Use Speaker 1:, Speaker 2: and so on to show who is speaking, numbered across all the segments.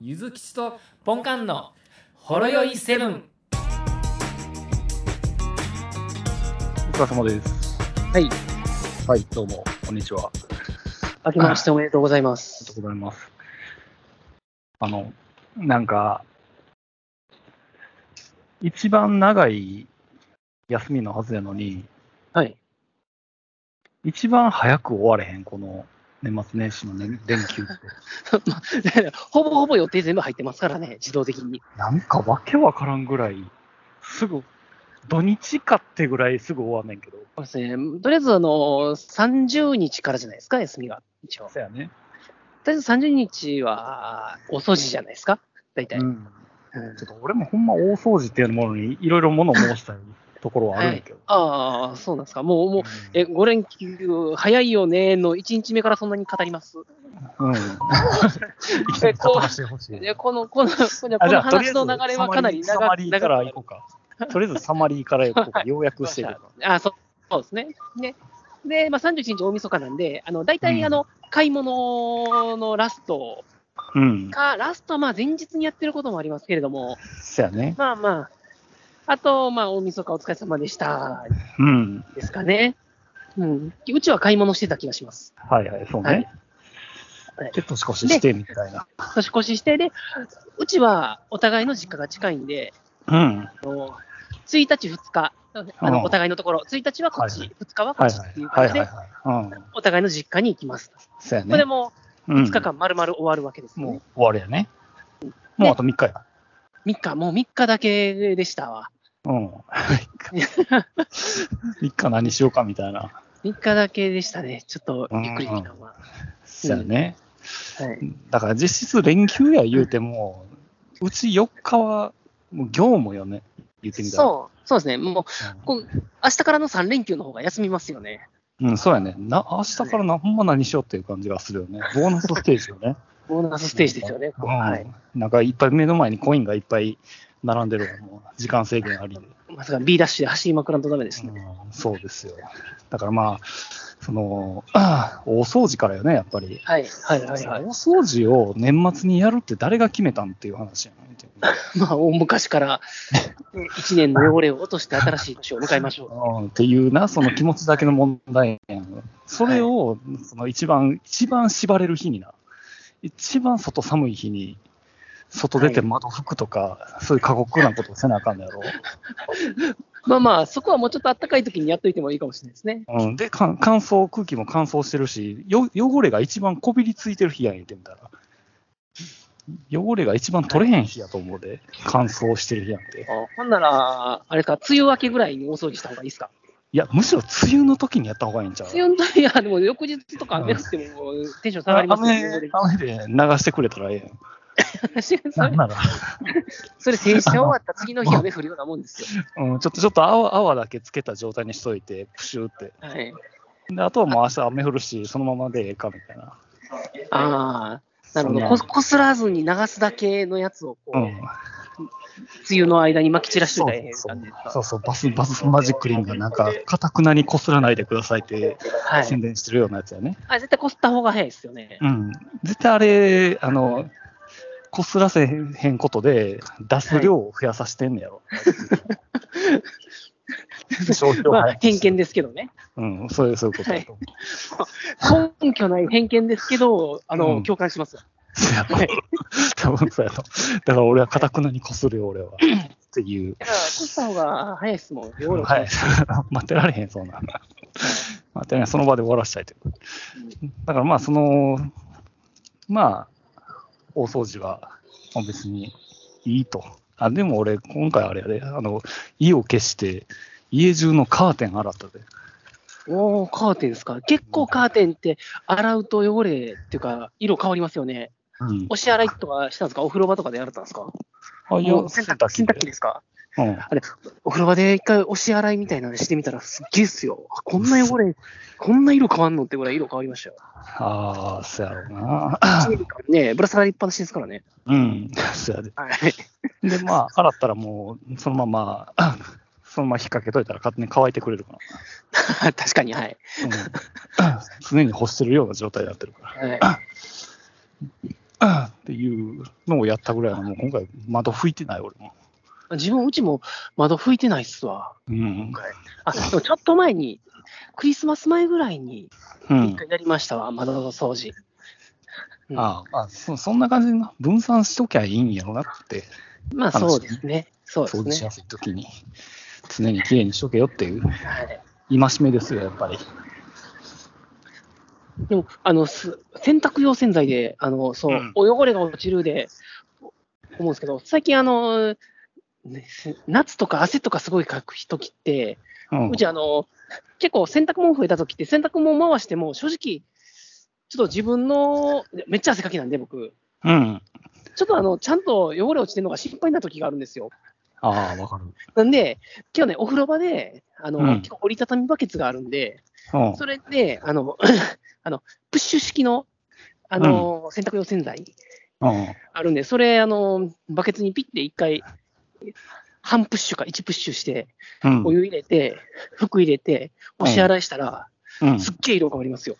Speaker 1: ゆずきちとポンカンのほろよいセブン。
Speaker 2: お疲れ様です。
Speaker 3: はい。
Speaker 2: はい、どうも、こんにちは。あり
Speaker 3: 明けましておめでとうございま
Speaker 2: がと
Speaker 3: す。
Speaker 2: うございます。あの、なんか、一番長い休みのはずやのに、
Speaker 3: はい。
Speaker 2: 一番早く終われへん、この年末年始の、ね、連休って。
Speaker 3: ほぼほぼ予定全部入ってますからね、自動的に。
Speaker 2: なんかわけわからんぐらい、すぐ、土日かってぐらいすぐ終わんねんけど。
Speaker 3: そうですね。とりあえず、あの、30日からじゃないですか、休みが。一応。と
Speaker 2: そうやね。
Speaker 3: りあえず30日は、お掃除じゃないですか、大体。
Speaker 2: うん。
Speaker 3: うん
Speaker 2: ちょっと俺もほんま大掃除っていうものに、いろいろ物申したいところはあるんやけど。
Speaker 3: ああ、そうなんですか。もう、もう、
Speaker 2: うん
Speaker 3: え、5連休、早いよね、の1日目からそんなに語りま す。
Speaker 2: うん。
Speaker 3: えこう
Speaker 2: してほし
Speaker 3: でこの、この、この
Speaker 2: あ
Speaker 3: こ
Speaker 2: じゃ
Speaker 3: の
Speaker 2: あとりあえ
Speaker 3: 話
Speaker 2: ず
Speaker 3: の流れはかなり
Speaker 2: サマ
Speaker 3: 長
Speaker 2: リ
Speaker 3: く
Speaker 2: ーサマリーから
Speaker 3: 長
Speaker 2: 行こうか。とりあえずサマリーから行こう か。ようやくしてる。
Speaker 3: あそうそうですね。ねで、まあ、31日大晦日なんで、あの大
Speaker 2: うん
Speaker 3: 体あの、買い物のラスト
Speaker 2: うん。
Speaker 3: か、ラストはまあ前日にやってることもありますけれども、
Speaker 2: そやね。
Speaker 3: まあまあ、あと、まあ、大晦日お疲れ様でした
Speaker 2: うん。
Speaker 3: ですかね。うん、うちは買い物してた気がします。
Speaker 2: はいはい、そう
Speaker 3: はい
Speaker 2: ね。
Speaker 3: はい
Speaker 2: で、年越ししてみたいな。
Speaker 3: 年越しして、で、うちはお互いの実家が近いんで、
Speaker 2: うん。は
Speaker 3: 1日、2日、あ
Speaker 2: うん
Speaker 3: のお互いのところ、1日はこ
Speaker 2: は
Speaker 3: っ
Speaker 2: い
Speaker 3: ち、2日はいこ
Speaker 2: は
Speaker 3: っ
Speaker 2: い
Speaker 3: ちっていう
Speaker 2: は
Speaker 3: 感
Speaker 2: い
Speaker 3: じ
Speaker 2: はい
Speaker 3: で、
Speaker 2: はい。うん。
Speaker 3: お互いの実家に行きます。
Speaker 2: そや
Speaker 3: これ
Speaker 2: ね。
Speaker 3: も
Speaker 2: うん
Speaker 3: 2日間丸々終わるわけです、ね
Speaker 2: もう終わるやね。もうあと3日や。
Speaker 3: 3日、もう3日だけでしたわ。
Speaker 2: うん。3日何しようかみたいな。
Speaker 3: 3日だけでしたね。ちょっとゆっくり時間は。
Speaker 2: そやね。
Speaker 3: はい、
Speaker 2: だから実質連休や言うても、うち4日はもう業務よね、言ってみたら。
Speaker 3: そう、そうですね。もう、こう明日からの3連休の方が休みますよね。
Speaker 2: うん、そうやね。な、明日からな、ほんま何しようっていう感じがするよね。ボーナスステージよね。
Speaker 3: ボー ナスステージですよね。
Speaker 2: うん、
Speaker 3: はい。
Speaker 2: なんかいっぱい目の前にコインがいっぱい並んでるわもう時間制限ありで、
Speaker 3: まさか B ダッシュで走りまくらんとダメですね。
Speaker 2: うん。そうですよ。だからまあ、その、 ああ大掃除からよね、やっぱり。
Speaker 3: はい、はい、はい、は
Speaker 2: 大
Speaker 3: い。
Speaker 2: 掃除を年末にやるって誰が決めたんっていう話やね。
Speaker 3: まあ、大昔から1年の汚れを落として新しい年を迎えましょう。
Speaker 2: うんっていうな、その気持ちだけの問題やんそれを、その一番、一番縛れる日にな。一番外寒い日に、外出て
Speaker 3: は
Speaker 2: 窓拭くとか、そういう過酷なことをせなあかんのやろ。
Speaker 3: まあまあ、そこはもうちょっと暖かい時にやっといてもいいかもしれないですね。
Speaker 2: うん、で、かん乾燥、空気も乾燥してるし、よ汚れが一番こびりついてる日やん言ってみたら。汚れが一番取れへん日やと思うで、乾燥してる日やんて。
Speaker 3: あほんなら、あれか、梅雨明けぐらいに大掃除した方がいいですか
Speaker 2: いや、むしろ梅雨の時にやった方がいいんちゃう
Speaker 3: 強いんだいや、でも翌日とか雨降ってももうテンション下がりますね。汚れ
Speaker 2: 雨雨で流してくれたらええやん。
Speaker 3: そ
Speaker 2: な
Speaker 3: れ
Speaker 2: んなら。
Speaker 3: それ、停止終わった次の日雨降るようなもんですよ。
Speaker 2: うん、ちょっとちょっと泡泡だけつけた状態にしといて、プシューって。
Speaker 3: はい、
Speaker 2: で、あとはもう明日雨降るし、そのままでええかみたいな。
Speaker 3: ああ、なるほど
Speaker 2: そん
Speaker 3: こ。こすらずに流すだけのやつをこう、
Speaker 2: う
Speaker 3: 梅
Speaker 2: ん。
Speaker 3: 雨の間に撒き散らしと
Speaker 2: そ
Speaker 3: いうたらええんです
Speaker 2: そ
Speaker 3: か
Speaker 2: う
Speaker 3: ね。
Speaker 2: そうそう、バス、バスマジックリンがなんか、かたくなにこすらないでくださいって
Speaker 3: はい、
Speaker 2: 宣伝してるようなやつやね。
Speaker 3: あ絶対こすった方が早いですよね。
Speaker 2: うん。絶対あれ、あの、こすらせへんことで、出す量を増やさせてんねやろ。消費量
Speaker 3: ま
Speaker 2: 早
Speaker 3: あ、
Speaker 2: く
Speaker 3: 偏見ですけどね。
Speaker 2: うん、そういう、そういうことだと思う。
Speaker 3: 根拠ない偏見ですけど、あの、
Speaker 2: うん
Speaker 3: 共感します。
Speaker 2: そうやろ
Speaker 3: はい。
Speaker 2: 多分そうやろ。だから俺はかたくなにこするよ、俺は。っていう。
Speaker 3: だから、こすった方が早いですもん。汚れを
Speaker 2: はい。 待ってられへん、そうなんだ。待ってられへん、その場で終わらせたいという。だからまあ、その、まあ、大掃除はまあ別にいいと。あ、でも俺、今回あれやで、あの、家を消して、家中のカーテン洗ったで。
Speaker 3: おお、カーテンですか。結構カーテンって洗うと汚れっていうか、色変わりますよね。
Speaker 2: うん。
Speaker 3: お支払いとかしたんですかお風呂場とかでやられたんですか
Speaker 2: あ、い
Speaker 3: も
Speaker 2: や、
Speaker 3: う洗濯洗濯機
Speaker 2: で。
Speaker 3: ですか
Speaker 2: うん。
Speaker 3: あれ、お風呂場で一回お支払いみたいなのしてみたらすっげえっすよ。あこんな汚 れ、こんな色変わんのってぐらい色変わりましたよ。
Speaker 2: ああ、そうやろう な。
Speaker 3: ねぶら下がりっぱなしですからね。
Speaker 2: うん、そうやで。
Speaker 3: はい。
Speaker 2: で、まあ、洗ったらもう、そのまま、そのまま引っ掛けといたら勝手に乾いてくれるから。
Speaker 3: 確かに、はい。
Speaker 2: うん常に干してるような状態になってるから。
Speaker 3: はい、
Speaker 2: あっていうのをやったぐらいの、もう今回窓拭いてない俺も。
Speaker 3: 自分、うちも窓拭いてないっすわ。
Speaker 2: うん。
Speaker 3: あ、でもちょっと前に、クリスマス前ぐらいに、
Speaker 2: う
Speaker 3: 一
Speaker 2: ん。
Speaker 3: 回やりましたわ、窓の掃除。うん
Speaker 2: ああ、そそんな感じの分散しときゃいいんやろなって、
Speaker 3: まあ、そうですね。そうで
Speaker 2: 掃
Speaker 3: す
Speaker 2: 除し
Speaker 3: ね。
Speaker 2: やすいときに、常にきれいにしとけよっていう、
Speaker 3: はい
Speaker 2: 戒めですよ、やっぱり。
Speaker 3: でも、あの、す洗濯用洗剤で、あの、そう、
Speaker 2: うん
Speaker 3: お汚れが落ちるで、思うんですけど、最近、あの、ねせ夏とか汗とかすごいかく時って、
Speaker 2: うん
Speaker 3: うち、あの、結構洗濯物増えた時って、洗濯物回しても、正直、ちょっと自分の、めっちゃ汗かきなんで、僕、
Speaker 2: うん。
Speaker 3: ちょっとあの、ちゃんと汚れ落ちてるのが心配な時があるんですよ。
Speaker 2: ああ、わかる。
Speaker 3: なんで、今日ね、お風呂場で、あの、
Speaker 2: うん
Speaker 3: 結構折りたたみバケツがあるんで、
Speaker 2: うん
Speaker 3: それで、あの、 あの、プッシュ式の、あの、洗濯用洗剤
Speaker 2: うん。
Speaker 3: あるんで、それ、あの、バケツにピッて一回、半プッシュか1プッシュして、
Speaker 2: うん。
Speaker 3: お湯入れて、服入れて、押し洗いしたら、
Speaker 2: うん
Speaker 3: すっげえ色変わりますよ。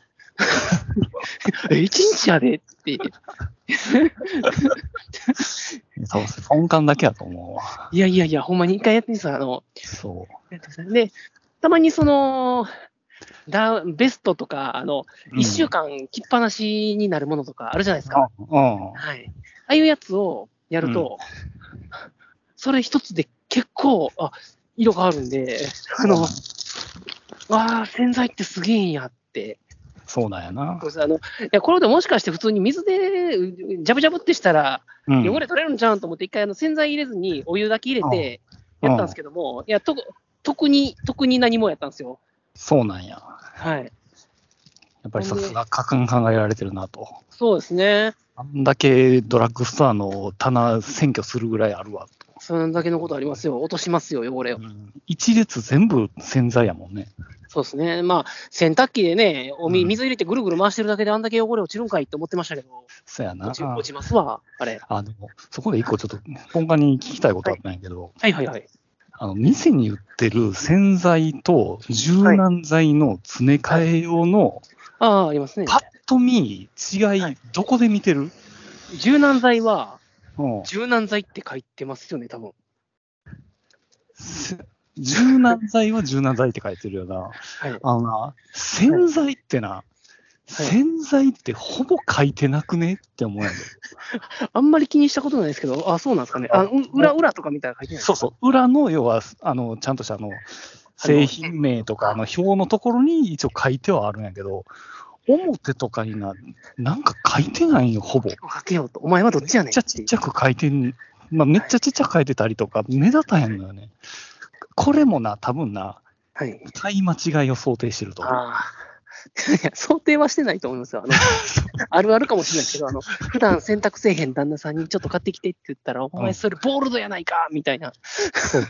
Speaker 3: え、一日やでって。
Speaker 2: そう、本感だけやと思うわ。
Speaker 3: いやいやいや、ほんまに一回やってみてさ、あの、
Speaker 2: そ
Speaker 3: で、たまにその、ダウンベストとか、あの、
Speaker 2: う。
Speaker 3: 一週間着っぱなしになるものとかあるじゃないですか。
Speaker 2: うん。 うん。
Speaker 3: はい。ああいうやつをやると、それ一つで結構、あ、色変わるんで、あの、わあ、洗剤ってすげえんやって。
Speaker 2: そうなんやな
Speaker 3: こ。れさあの、いや、これでもしかして普通に水で、うジャブジャブってしたら、
Speaker 2: うん
Speaker 3: 汚れ取れるんじゃうんと思って、一回あの洗剤入れずにお湯だけ入れて、
Speaker 2: うん
Speaker 3: やったんですけども、いや、と、特に、特に何もやったんですよ。
Speaker 2: そうなんや。
Speaker 3: はい。
Speaker 2: やっぱりさすが果敢考えられてるなと。
Speaker 3: そうですね。
Speaker 2: あんだけドラッグストアの棚占拠するぐらいあるわと。
Speaker 3: それだけのことありますよ。落としますよ、汚れを。
Speaker 2: 一列全部洗剤やもんね。
Speaker 3: そうですね。まあ、洗濯機でね、おみ
Speaker 2: うん
Speaker 3: 水入れてぐるぐる回してるだけであんだけ汚れ落ちるんかいって思ってましたけど、
Speaker 2: そやな
Speaker 3: 落。ち落ちますわ、あれ。
Speaker 2: あの、そこで一個ちょっと、本家に聞きたいことあったんやけど、
Speaker 3: はいはいはい。
Speaker 2: あの、店に売ってる洗剤と柔軟剤の詰め替え用の、
Speaker 3: ああ、ありますね。
Speaker 2: パッと見違
Speaker 3: はい
Speaker 2: い、どこで見てる、
Speaker 3: 柔軟剤は、
Speaker 2: うん
Speaker 3: 柔軟剤って書いてますよね、多分。
Speaker 2: せ柔軟剤は柔軟剤って書いてるよな。
Speaker 3: はい。
Speaker 2: あのな、洗剤ってな、洗剤ってほぼ書いてなくねって思うやん。
Speaker 3: あんまり気にしたことないですけど、あ、そうなんですかね。あ、う裏、裏とか見たら書いてない。
Speaker 2: そうそう、裏の要は、あのちゃんとしたあの製品名とか、あの表のところに一応書いてはあるんやけど、表とかにな、なんか書いてないんよ、ほぼ。め
Speaker 3: う。かけようと。お前はどっちやねん
Speaker 2: っ
Speaker 3: っ
Speaker 2: ちゃ
Speaker 3: て
Speaker 2: ち
Speaker 3: い
Speaker 2: っ
Speaker 3: う。
Speaker 2: ちゃく書いてん、まあ、めっちゃちっちゃく書いてたりとか、目立たへんのよね。これもな、多分な、
Speaker 3: はい。
Speaker 2: 買い間違いを想定してると思う。
Speaker 3: あ あ。いや想定はしてないと思います よ。あのあるあるかもしれないですけど、あの普段洗濯せえへん旦那さんにちょっと買ってきてって言ったら、お前それボールドやないかみたいな、
Speaker 2: そう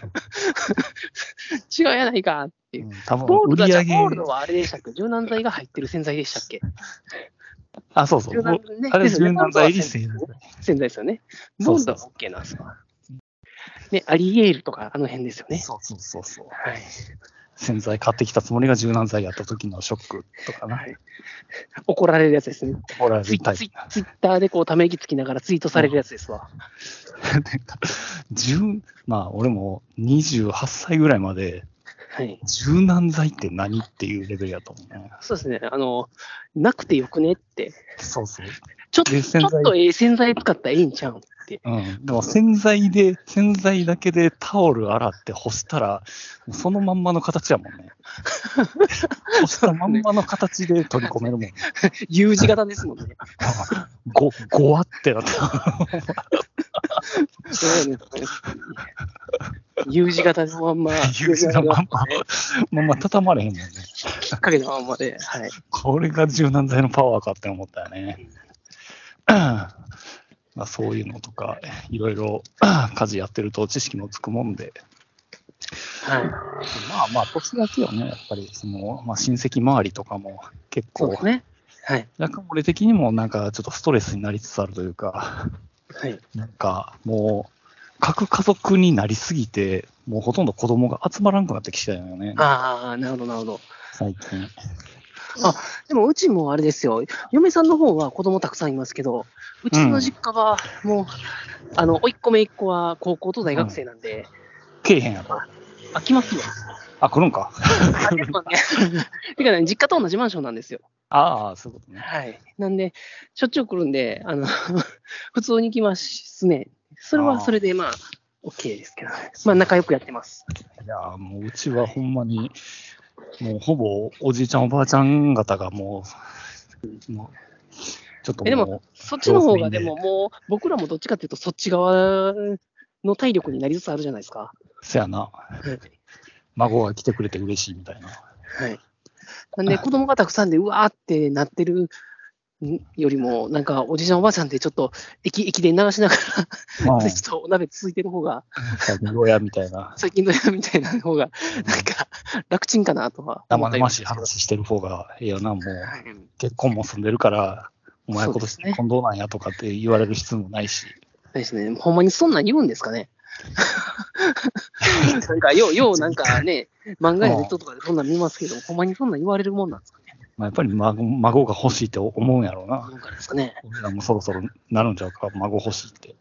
Speaker 3: 違うやないかっていうう。
Speaker 2: ん多分
Speaker 3: ボール
Speaker 2: 売
Speaker 3: ド
Speaker 2: り
Speaker 3: はじゃあ
Speaker 2: 上げ
Speaker 3: ボールドはあれでしたっけ柔軟剤が入ってる洗剤でしたっけ
Speaker 2: あ、そうそう。
Speaker 3: 柔軟ね
Speaker 2: あれ
Speaker 3: ですよ
Speaker 2: 柔
Speaker 3: ね
Speaker 2: 軟剤に洗剤
Speaker 3: ボールドは洗剤ですよね。
Speaker 2: そ
Speaker 3: ボ
Speaker 2: う
Speaker 3: ー
Speaker 2: そ
Speaker 3: ル
Speaker 2: うそ
Speaker 3: ド
Speaker 2: う
Speaker 3: は OK なんですか。ね、アリエールとかあの辺ですよね。
Speaker 2: そうそうそうそう。
Speaker 3: はい。
Speaker 2: 洗剤買ってきたつもりが柔軟剤やった時のショックとかな
Speaker 3: は。い怒られるやつですね。
Speaker 2: 怒られ
Speaker 3: ツイ
Speaker 2: るタイ
Speaker 3: ツイ
Speaker 2: プな。
Speaker 3: ツイッターでこうため息つきながらツイートされるやつですわ。
Speaker 2: 柔まあ、俺も28歳ぐらいまで
Speaker 3: はい。
Speaker 2: 柔軟剤って何っていうレベルやと思うね。
Speaker 3: そうですね。あの、なくてよくねって。
Speaker 2: そうそう。
Speaker 3: ちょっと、
Speaker 2: で
Speaker 3: ち
Speaker 2: 洗
Speaker 3: ょ
Speaker 2: 剤
Speaker 3: っとええ洗剤使ったらええんちゃうん って。
Speaker 2: うん。でも洗剤で、洗剤だけでタオル洗って干したら、もうそのまんまの形やもん ね。干したまんまの形で取り込めるもん。
Speaker 3: U 字型ですもんね。
Speaker 2: ご、ごわってなった。
Speaker 3: そうですね U 字型のまん ま、
Speaker 2: U 字のまんま
Speaker 3: U 字の
Speaker 2: まあまあ畳まれへんもんね。
Speaker 3: きっかけのまんまで、はい。
Speaker 2: これが柔軟剤のパワーかって思ったよね。まあそういうのとか、いろいろ 家事やってると知識もつくもんで、
Speaker 3: はい。
Speaker 2: まあまあ、年だけはね、やっぱりその、まあ、親戚周りとかも結
Speaker 3: そうで
Speaker 2: 構
Speaker 3: す、ね。はい。
Speaker 2: 若干俺的にもなんかちょっとストレスになりつつあるというか、
Speaker 3: はい。
Speaker 2: なんかもう、各家族になりすぎて、もうほとんど子供が集まらんくなってきてたよね、
Speaker 3: ああ、なるほど、なるほど。
Speaker 2: 最近。
Speaker 3: でも、うちもあれですよ。嫁さんの方は子供たくさんいますけど、うちの実家は、もう、あの、甥っ子めいっ子は高校と大学生なんで、
Speaker 2: けえへんやろ。
Speaker 3: 飽きますよ。
Speaker 2: あ、来るんか。
Speaker 3: あですよ ね。てかね、実家と同じマンションなんですよ。
Speaker 2: ああ、そういうことね。
Speaker 3: はい。なんで、しょっちゅう来るんで、あの、 普通に来ますね。それ
Speaker 2: あ
Speaker 3: は
Speaker 2: ー
Speaker 3: それで、まあ、OK ですけど、まあ、仲良くやってます。
Speaker 2: いやー、もううちはほんまに、もうほぼおじいちゃん、おばあちゃん方がもう、もうちょっと
Speaker 3: えで
Speaker 2: も
Speaker 3: もそっちの方が、でももう、僕らもどっちかっていうと、そっち側の体力になりつつあるじゃないですか。
Speaker 2: う、せやな、
Speaker 3: はい。
Speaker 2: 孫が来てくれて嬉しいみたいな。
Speaker 3: はい、なんで、子供がたくさんで、うわーってなってる。んよりも、なんか、おじいちゃん、おばあちゃんって、ちょっと、駅、駅伝流しなが
Speaker 2: う
Speaker 3: ら、
Speaker 2: ん
Speaker 3: ちょっとお鍋続いてる方が、
Speaker 2: 最近どうやみたいな。
Speaker 3: 最近のやみたいな方が、なんか、楽ちんかなとは思
Speaker 2: 生
Speaker 3: ったりも
Speaker 2: 々
Speaker 3: し
Speaker 2: しい
Speaker 3: ますけど。
Speaker 2: 話してる方がええよな、もう。
Speaker 3: はい
Speaker 2: 結婚も済んでるから、お前
Speaker 3: そ
Speaker 2: 今
Speaker 3: うで
Speaker 2: 年
Speaker 3: すね
Speaker 2: 結婚どうなんやとかって言われる必要もないし。
Speaker 3: そうですね。ほんまにそんなん言うんですか ね。なんか、よう、よう、なんかね、漫画やネットとかでそんなん見ますけど、ほんまにそんなん言われるもんなんですかね。
Speaker 2: まあ、やっぱり孫孫が欲しいって思うんやろうな。
Speaker 3: なんかですかね。
Speaker 2: 俺らもそろそろなるんちゃうか、孫欲しいって。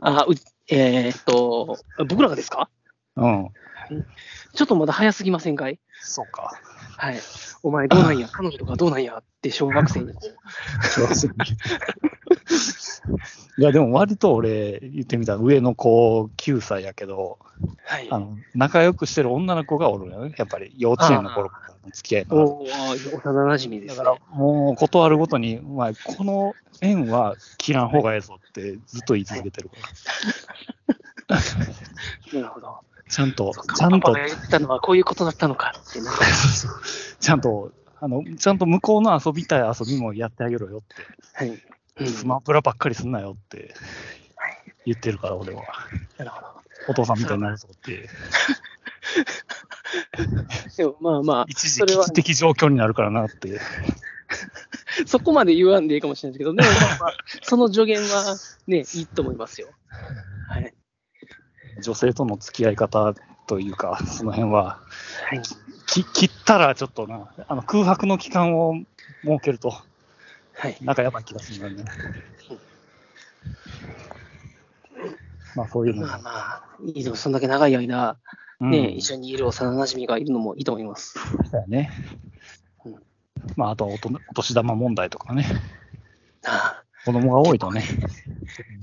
Speaker 3: あ、うえーっと、僕らがですか
Speaker 2: うん。
Speaker 3: ちょっとまだ早すぎませんかい
Speaker 2: そうか。
Speaker 3: はい。お前ど うなんや、彼女とかどうなんやって小学生にこ う。
Speaker 2: いや、でも割と俺、言ってみたら上の子9歳やけど、
Speaker 3: はい。
Speaker 2: あの仲良くしてる女の子がおるんやね。やっぱり幼稚園の頃からの付き合いのある
Speaker 3: おー幼馴染で
Speaker 2: だ
Speaker 3: す
Speaker 2: か
Speaker 3: ね
Speaker 2: ら。もう断るごとに、お前、この縁は切らん方がええぞってずっと言い続けてるから、
Speaker 3: なるほど。
Speaker 2: ちゃんと
Speaker 3: そっか、
Speaker 2: ちゃん
Speaker 3: パパ
Speaker 2: と
Speaker 3: が、言ってたのはこういうことだったのかって なんか
Speaker 2: ちゃんと、あのちゃんと向こうの遊びたい遊びもやってあげろよって、
Speaker 3: はい。うん
Speaker 2: スマブラばっかりすんなよって言ってるから、俺は。
Speaker 3: なるほど。
Speaker 2: お父さんみたいになるぞって、
Speaker 3: でもまあまあ、
Speaker 2: 一時
Speaker 3: それ
Speaker 2: 危
Speaker 3: は
Speaker 2: 機的状況になるからなって。
Speaker 3: そこまで言わんでいいかもしれないですけど、でもまあまあ、その助言はね、いいと思いますよ。はい。
Speaker 2: 女性との付き合い方というか、その辺は、
Speaker 3: はい、
Speaker 2: き切ったらちょっとな、あの空白の期間を設けると、
Speaker 3: はい。
Speaker 2: なんかやばい気がするんだよね。まあそういうの
Speaker 3: まあ
Speaker 2: が、
Speaker 3: まあ、いいでもそんだけ長い間、
Speaker 2: うん、
Speaker 3: ね、一緒にいる幼馴染がいるのもいいと思います。
Speaker 2: だよね
Speaker 3: うん。
Speaker 2: まああとはおとお年玉問題とかね、
Speaker 3: ああ
Speaker 2: 子供が多いとね、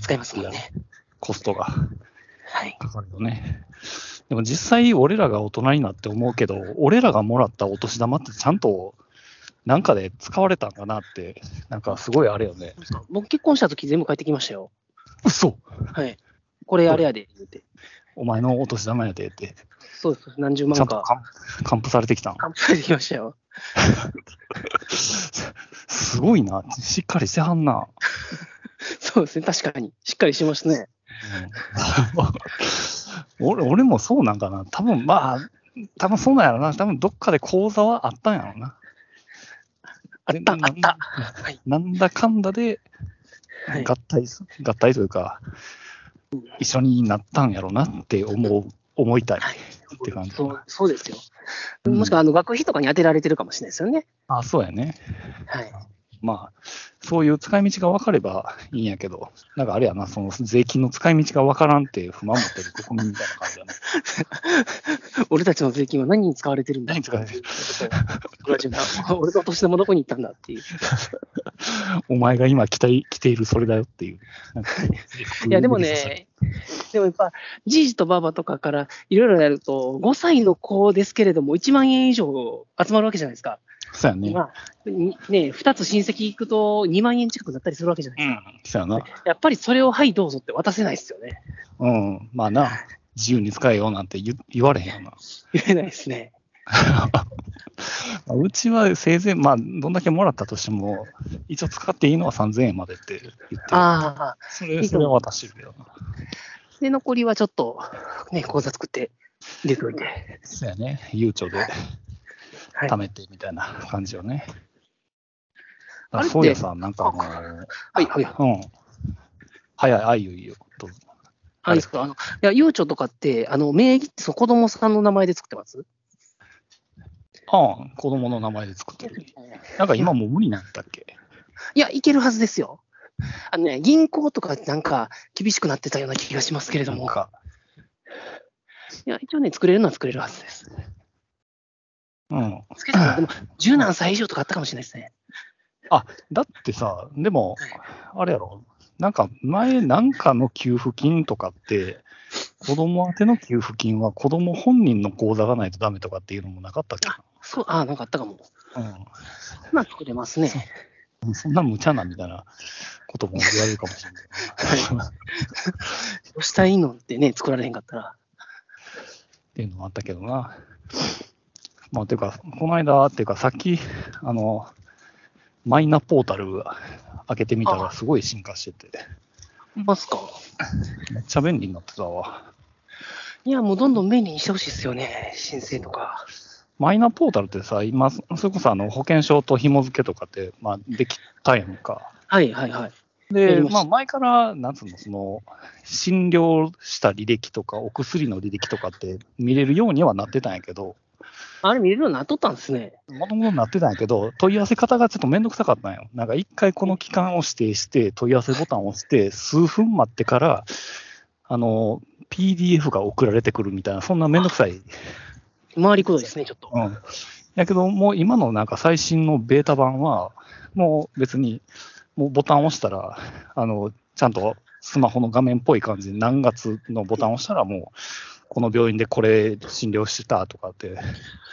Speaker 3: 使いますもんね。
Speaker 2: コストが
Speaker 3: はい。
Speaker 2: かかるよね。でも実際、俺らが大人になって思うけど、俺らがもらったお年玉ってちゃんとなんかで使われたんかなって、なんかすごいあれよね。
Speaker 3: 僕結婚した時全部帰ってきましたよ。
Speaker 2: 嘘
Speaker 3: はい。これあれやで、言って。
Speaker 2: お前のお年玉やでって、
Speaker 3: そうです。何十
Speaker 2: ちゃ
Speaker 3: 万
Speaker 2: んと
Speaker 3: か。
Speaker 2: 還還付されてきたん。
Speaker 3: 完璧できましたよ。
Speaker 2: すごいな、しっかりしてはんな。
Speaker 3: そうですね。確かに。しっかりしますね。
Speaker 2: うん俺俺もそうなんかな、多分まあ、多分そうなんやろな、多分どっかで講座はあったんやろな。
Speaker 3: あった、あ
Speaker 2: でな
Speaker 3: っ
Speaker 2: ん
Speaker 3: た。はい。
Speaker 2: なんだかんだで
Speaker 3: はい
Speaker 2: 合体す、合体というか、一緒になったんやろなって思う、思いたいって感じ。
Speaker 3: そうそうですよ。
Speaker 2: うん
Speaker 3: もしくはあの学費とかに当てられてるかもしれないですよね。
Speaker 2: あ、そうやね。
Speaker 3: はい。
Speaker 2: まあ、そういう使い道が分かればいいんやけど、なんかあれやな、その税金の使い道が分からんって不満持ってる国民みたいな感じやな。
Speaker 3: 俺たちの税金は何に使われてるんだ
Speaker 2: 何に使われて
Speaker 3: る 俺の年玉どこに行ったんだっていう。
Speaker 2: お前が今着てい着ているそれだよっていう。
Speaker 3: いや、でも、ね、でもやっぱ、じいじとばばとかからいろいろやると、5歳の子ですけれども、1万円以上集まるわけじゃないですか。
Speaker 2: そうやね。
Speaker 3: まあ、にね、2つ親戚行くと2万円近くなったりするわけじゃ
Speaker 2: う
Speaker 3: ない
Speaker 2: ん、そうやな。
Speaker 3: ですか。やっぱりそれを、はい、どうぞって渡せないですよね。
Speaker 2: うん、まあな、自由に使えよなんて言言われへんよな。
Speaker 3: 言えないですね。
Speaker 2: まあうちはせいぜい、まあ、どんだけもらったとしても、一応使っていいのは3000円までって言って、
Speaker 3: ああ。
Speaker 2: そ
Speaker 3: いい
Speaker 2: れ
Speaker 3: と
Speaker 2: それは私るけどな。
Speaker 3: で、残りはちょっと、ね、口座作って入れておいて。
Speaker 2: そうやね、悠長で
Speaker 3: はい
Speaker 2: 貯めてみたいな感じよね。
Speaker 3: あれって
Speaker 2: そうやさん、なんかあ
Speaker 3: はい、はい。
Speaker 2: の、うん、早い、あゆいよ、どうぞ
Speaker 3: あれですか、あの、いや、ゆうちょとかって、あの、名義ってそう子供さんの名前で作ってます
Speaker 2: ああ、子供の名前で作ってる。なんか今もう無理なんだっけ
Speaker 3: いや、いけるはずですよ。あのね、銀行とかなんか厳しくなってたような気がしますけれど
Speaker 2: なん
Speaker 3: も、
Speaker 2: か、
Speaker 3: いや、一応ね、作れるのは作れるはずです。
Speaker 2: うん。
Speaker 3: つけてもでも、十何歳以上とかあったかもしれないですね。
Speaker 2: だってさ、でも、あれやろ、なんか前、なんかの給付金とかって、子供宛ての給付金は子供本人の口座がないとダメとかっていうのもなかったっけ
Speaker 3: そう、ああ、なんかあったかも。
Speaker 2: な、
Speaker 3: まあ、作れますね。
Speaker 2: うん、そんな無茶なみたいなことも言われるかもしれない。
Speaker 3: どうしたらいいのってね、作られへんかったら。
Speaker 2: っていうのもあったけどな。まあ、ていうか、この間、っていうか、さっき、あの、マイナポータル開けてみたら、
Speaker 3: あ
Speaker 2: すごい進化してて、
Speaker 3: ますか。
Speaker 2: めっちゃ便利になってたわ。
Speaker 3: いや、もうどんどん便利にしてほしいですよね。申請とか。
Speaker 2: マイナポータルってさ、今、それこそあの保険証と紐付けとかって、まあ、できたやんか。
Speaker 3: はいはいはい。や
Speaker 2: で、
Speaker 3: りました
Speaker 2: まあ、前から、なんつうの、その、診療した履歴とか、お薬の履歴とかって見れるようにはなってたんやけど、
Speaker 3: あれ見れるようになっとったんですね。
Speaker 2: もともとなってたんやけど、問い合わせ方がちょっとめんどくさかったんよ。なんか一回この期間を指定して、問い合わせボタンを押して、数分待ってから、あの、PDF が送られてくるみたいな、そんなめんどくさい。
Speaker 3: 回りくどいですね、ちょっと。
Speaker 2: うん。やけど、もう今のなんか最新のベータ版は、もう別に、もうボタンを押したら、あの、ちゃんとスマホの画面っぽい感じで何月のボタンを押したらもう、この病院でこれ診療してたとかって、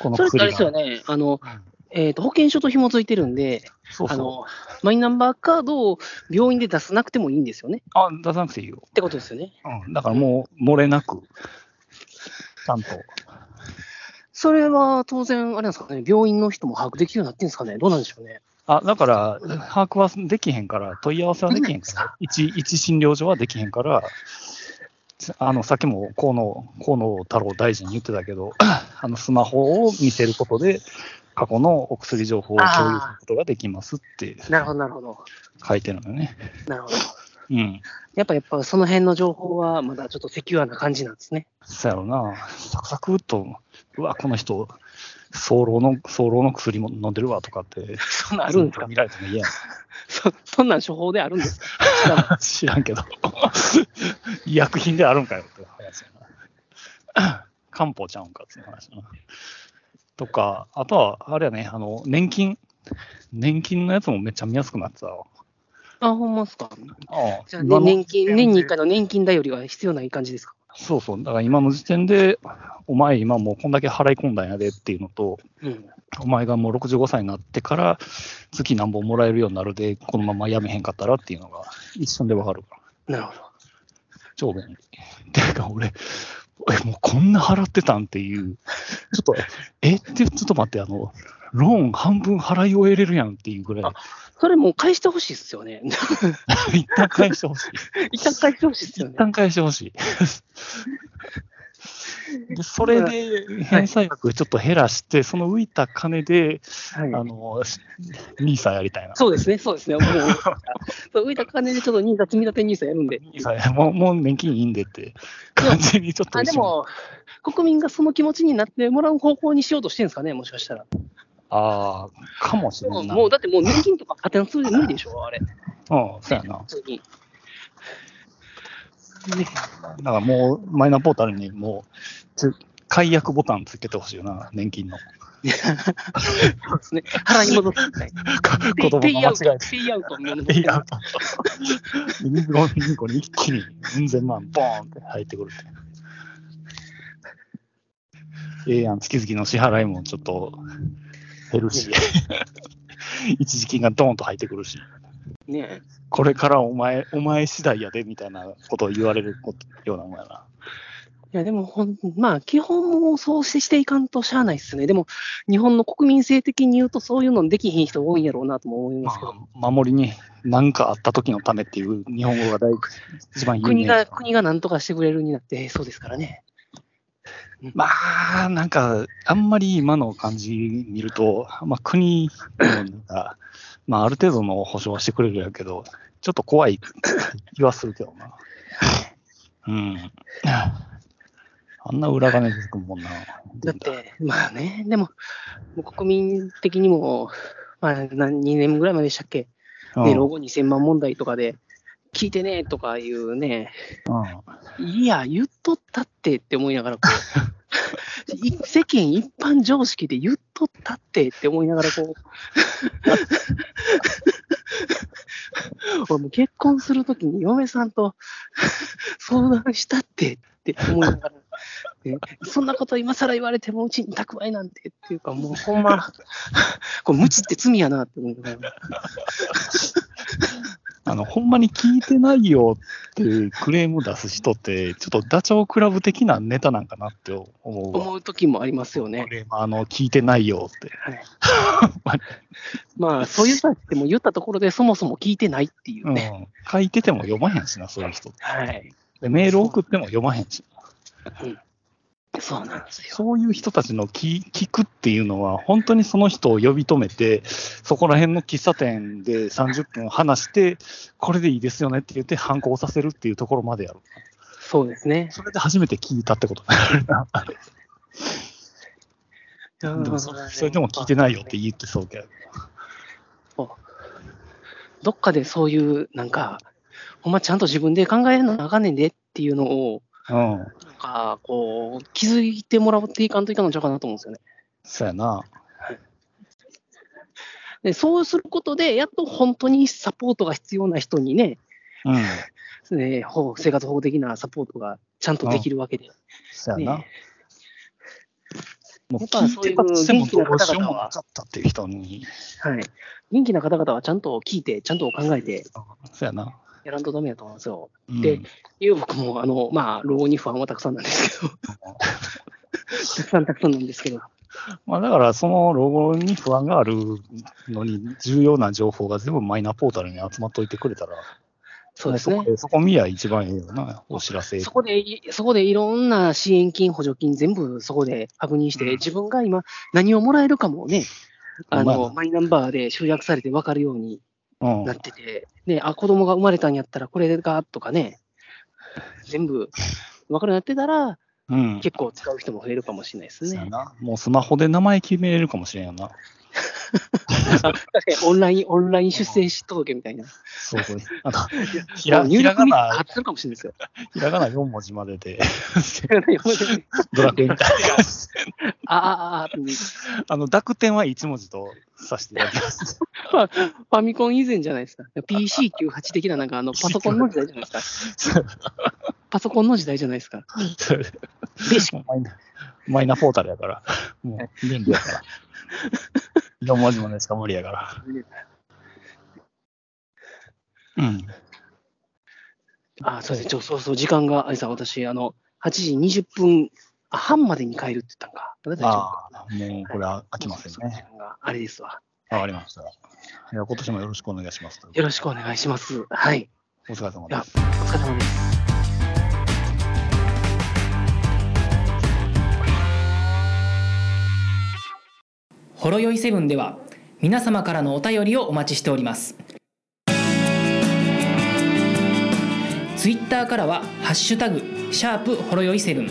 Speaker 2: この
Speaker 3: それってあれですよ
Speaker 2: ね。
Speaker 3: ね。あの
Speaker 2: うん、
Speaker 3: えっ、と、保険証と紐付いてるんで、
Speaker 2: そうそ
Speaker 3: あ
Speaker 2: う。
Speaker 3: の、マイナンバーカードを病院で出さなくてもいいんですよね。
Speaker 2: あ、出さなくていいよ。
Speaker 3: ってことですよね。
Speaker 2: うん、だからもう、漏れなく、ちゃんと。
Speaker 3: それは当然、あれなんですかね、病院の人も把握できるようになってるんですかね。どうなんでしょうね。
Speaker 2: あ、だから、把握はできへんから、問い合わせはできへんから、一、一診療所はできへんから、あの、さっきも河野、河野太郎大臣に言ってたけ ど、あの、スマホを見せることで、過去のお薬情報を共有することができますって
Speaker 3: なるほど、なるほど。
Speaker 2: 書いてるのよね。
Speaker 3: なるほど。
Speaker 2: うん。
Speaker 3: やっぱ、やっぱ、その辺の情報は、まだちょっとセキュアな感じなんですね。
Speaker 2: そやろな。サクサクっと、うわ、この人、早漏の、早漏の薬も飲んでるわとかって、
Speaker 3: そんなんあるんです か
Speaker 2: 見られても嫌やん
Speaker 3: そそんなん処方であるんですか知らん
Speaker 2: 知らんけど、医薬品であるんかよって話やな。漢方ちゃうんかっていう話やな。とか、あとは、あれやね、あの、年金。年金のやつもめっちゃ見やすくなってたわ。
Speaker 3: あ、ほんまっすか。
Speaker 2: ああ
Speaker 3: じゃあ、ね、
Speaker 2: 今の
Speaker 3: 年金、年に一回の年金頼りは必要ない感じですか
Speaker 2: そうそう。だから今の時点で、お前今もうこんだけ払い込んだんやでっていうのと、
Speaker 3: うん。
Speaker 2: お前がもう65歳になってから月何本もらえるようになるで、このままやめへんかったらっていうのが一瞬でわかるから。
Speaker 3: なるほど。
Speaker 2: 超便利。てか俺、え、もうこんな払ってたんっていう、ちょっと、えって、ちょっと待って、あの、ローン半分払い終えれるやんっていうぐらい、
Speaker 3: それもう返してほしいっすよね。
Speaker 2: 一旦返してほしい。
Speaker 3: 一旦返してほしいっすよ
Speaker 2: 一
Speaker 3: ね。
Speaker 2: 旦返してほ しい。でそれで返済額ちょっと減らして、その浮いた金で、あ
Speaker 3: はい、
Speaker 2: の、ニーサやりたいな。
Speaker 3: そうですね、そうですね。 もう、そう浮いた金でちょっとニーサ積み立てニーサやるんで。
Speaker 2: ニーサもう、もう年金いいんでって感じにちょっと
Speaker 3: あでも、国民がその気持ちになってもらう方向にしようとしてるんですかね、もしかしたら。
Speaker 2: ああ、かもしれんないな。
Speaker 3: もうだってもう年金とか勝手な数字無理でしょ、あれ。
Speaker 2: うん、そうやな
Speaker 3: 普。通に。ね、
Speaker 2: だからもう、マイナポータルにもうつ、解約ボタンつけてほしいよな、年金の。
Speaker 3: そうですね。払い戻すみたい な。
Speaker 2: 子供が間違え
Speaker 3: ペイアウト、ペイアウト。
Speaker 2: て、いや、銀行銀行に一気にうん千万、ボーンって入ってくるって。ええやん、月々の支払いもちょっと減るし、 一時金がドーンと入ってくるし、
Speaker 3: ね
Speaker 2: これからお前、お前次第やで、みたいなことを言われることようなもんやな。
Speaker 3: いや、でもほん、まあ、基本もそうしていかんとしゃあないっすね。でも、日本の国民性的に言うと、そういうのできひん人多いんやろうなとも思いますけど、
Speaker 2: まあ守りに何かあった時のためっていう日本語が大一番有名
Speaker 3: 国が、国が何とかしてくれるになって、そうですからね。
Speaker 2: まあ、なんか、あんまり今の感じ見ると、まあ、国のなんか、まあ、ある程度の保障はしてくれるやけど、ちょっと怖い気はするけどな。うん。あんな裏金出てくるもんな。
Speaker 3: だって、まあね、でも、もう国民的にも、まあ、何2年ぐらいまででしたっけ、
Speaker 2: うん
Speaker 3: ね、老後2000万問題とかで、聞いてねとかいうね、
Speaker 2: う
Speaker 3: いや、言っとったってって思いながら こう、い世間一般常識で言っとったってって思いながら こう、俺もう結婚するときに嫁さんと相談したってって思いながら、ねそんなこと今更言われてもうちに蓄えなんてっていうか、もうほんま、こう無知って罪やなって思いながら、
Speaker 2: あの、ほんまに聞いてないよってクレーム出す人って、ちょっとダチョウ倶楽部的なネタなんかなって思うわ。
Speaker 3: 思うときもありますよね
Speaker 2: ク。レーマーの聞いてないよって。
Speaker 3: はい、まあ、そういう人たちってもう言ったところでそもそも聞いてないっていう
Speaker 2: う
Speaker 3: ね。
Speaker 2: ん。書いてても読まへんしな、そういう人。
Speaker 3: はい。
Speaker 2: でメール送っても読まへんし。
Speaker 3: そうなんですよ。
Speaker 2: そういう人たちの聞聞くっていうのは、本当にその人を呼び止めて、そこら辺の喫茶店で30分話して、これでいいですよねって言って、反抗させるっていうところまでやる。
Speaker 3: そうですね。
Speaker 2: それで初めて聞いたってことになるな。
Speaker 3: で
Speaker 2: でもそれそれでも聞いてないよって言ってそうけど。
Speaker 3: どっかでそういう、なんか、ほんまちゃんと自分で考えなあかんねんでっていうのを、
Speaker 2: うん。
Speaker 3: なんか、こう、気づいてもらっていかんといかんのちゃうかなと思うんですよね。
Speaker 2: そうやな。
Speaker 3: で、そうすることで、やっと本当にサポートが必要な人にね、
Speaker 2: うん。
Speaker 3: ねほう生活保護的なサポートがちゃんとできるわけで。
Speaker 2: そうやな。
Speaker 3: ね、
Speaker 2: もう
Speaker 3: やっぱ
Speaker 2: 聞い
Speaker 3: そうい
Speaker 2: て
Speaker 3: う
Speaker 2: たとしてもどうしよう
Speaker 3: 元気
Speaker 2: も
Speaker 3: な方々は
Speaker 2: なかったっていう人に。
Speaker 3: はい。元気な方々はちゃんと聞いて、ちゃんと考えて
Speaker 2: そうやな。
Speaker 3: やらんとダメやと思うんですよ。
Speaker 2: うん
Speaker 3: でいう僕も、あの、まあ、老後に不安はたくさんなんで すけど、たくさんたくさんなんですけど、
Speaker 2: まあ、だから、そのロゴに不安があるのに、重要な情報が全部マイナポータルに集まっといてくれたら、
Speaker 3: そうですね
Speaker 2: そ。こそこ見りゃ一番ええよな、お知らせ。
Speaker 3: そこでい、そこでいろんな支援金、補助金、全部そこで確認して、
Speaker 2: うん
Speaker 3: 自分が今、何をもらえるかもね、
Speaker 2: ほ
Speaker 3: あ
Speaker 2: んまや
Speaker 3: の、
Speaker 2: な
Speaker 3: マイナンバーで集約されて分かるように
Speaker 2: うん
Speaker 3: なってて、ね、あ、子供が生まれたんやったら、これが、とかね、全部分かるようになってたら、
Speaker 2: うん。
Speaker 3: 結構使う人も増えるかもしれないです
Speaker 2: そうや
Speaker 3: ね。
Speaker 2: なもうスマホで名前決めれるかもしれんよな。
Speaker 3: 確かにオンライン、オンライン出生し届けみたいな。
Speaker 2: そうそう。あと、ひら
Speaker 3: 入
Speaker 2: ひら
Speaker 3: 力
Speaker 2: が
Speaker 3: に
Speaker 2: な、
Speaker 3: 活するかもしれないですよ。
Speaker 2: ひらがな4文字までで、ド
Speaker 3: ド
Speaker 2: ラクエみたいな感じ
Speaker 3: ああああ、フ
Speaker 2: あの、濁点は1文字とさせていただきます。
Speaker 3: ァミコン以前じゃないですか。PC98 的な、なんかあの、パソコンの時代じゃないですか。パソコンの時代じゃないですか。
Speaker 2: でしマイナマイナポータルやから、もう便利やから。4文字までしか無理やから。うん。
Speaker 3: ああ、そうですね。ちょ、そうそう、時間が、あれさん、私、あの、8時20分あ半までに帰るって言ったんか。大丈夫
Speaker 2: ああ、もうこれは飽きませんね。。
Speaker 3: あれですわ。
Speaker 2: わかりました。いや、今年もよろしくお願いします。
Speaker 3: よろしくお願いします。はい。
Speaker 2: お疲れ様
Speaker 3: い
Speaker 2: で
Speaker 3: や
Speaker 2: す。、
Speaker 3: お疲れ様です。
Speaker 1: ほろよいセブンでは皆様からのお便りをお待ちしておりますツイッターからは「ハッシュタグシャープほろよいセブン」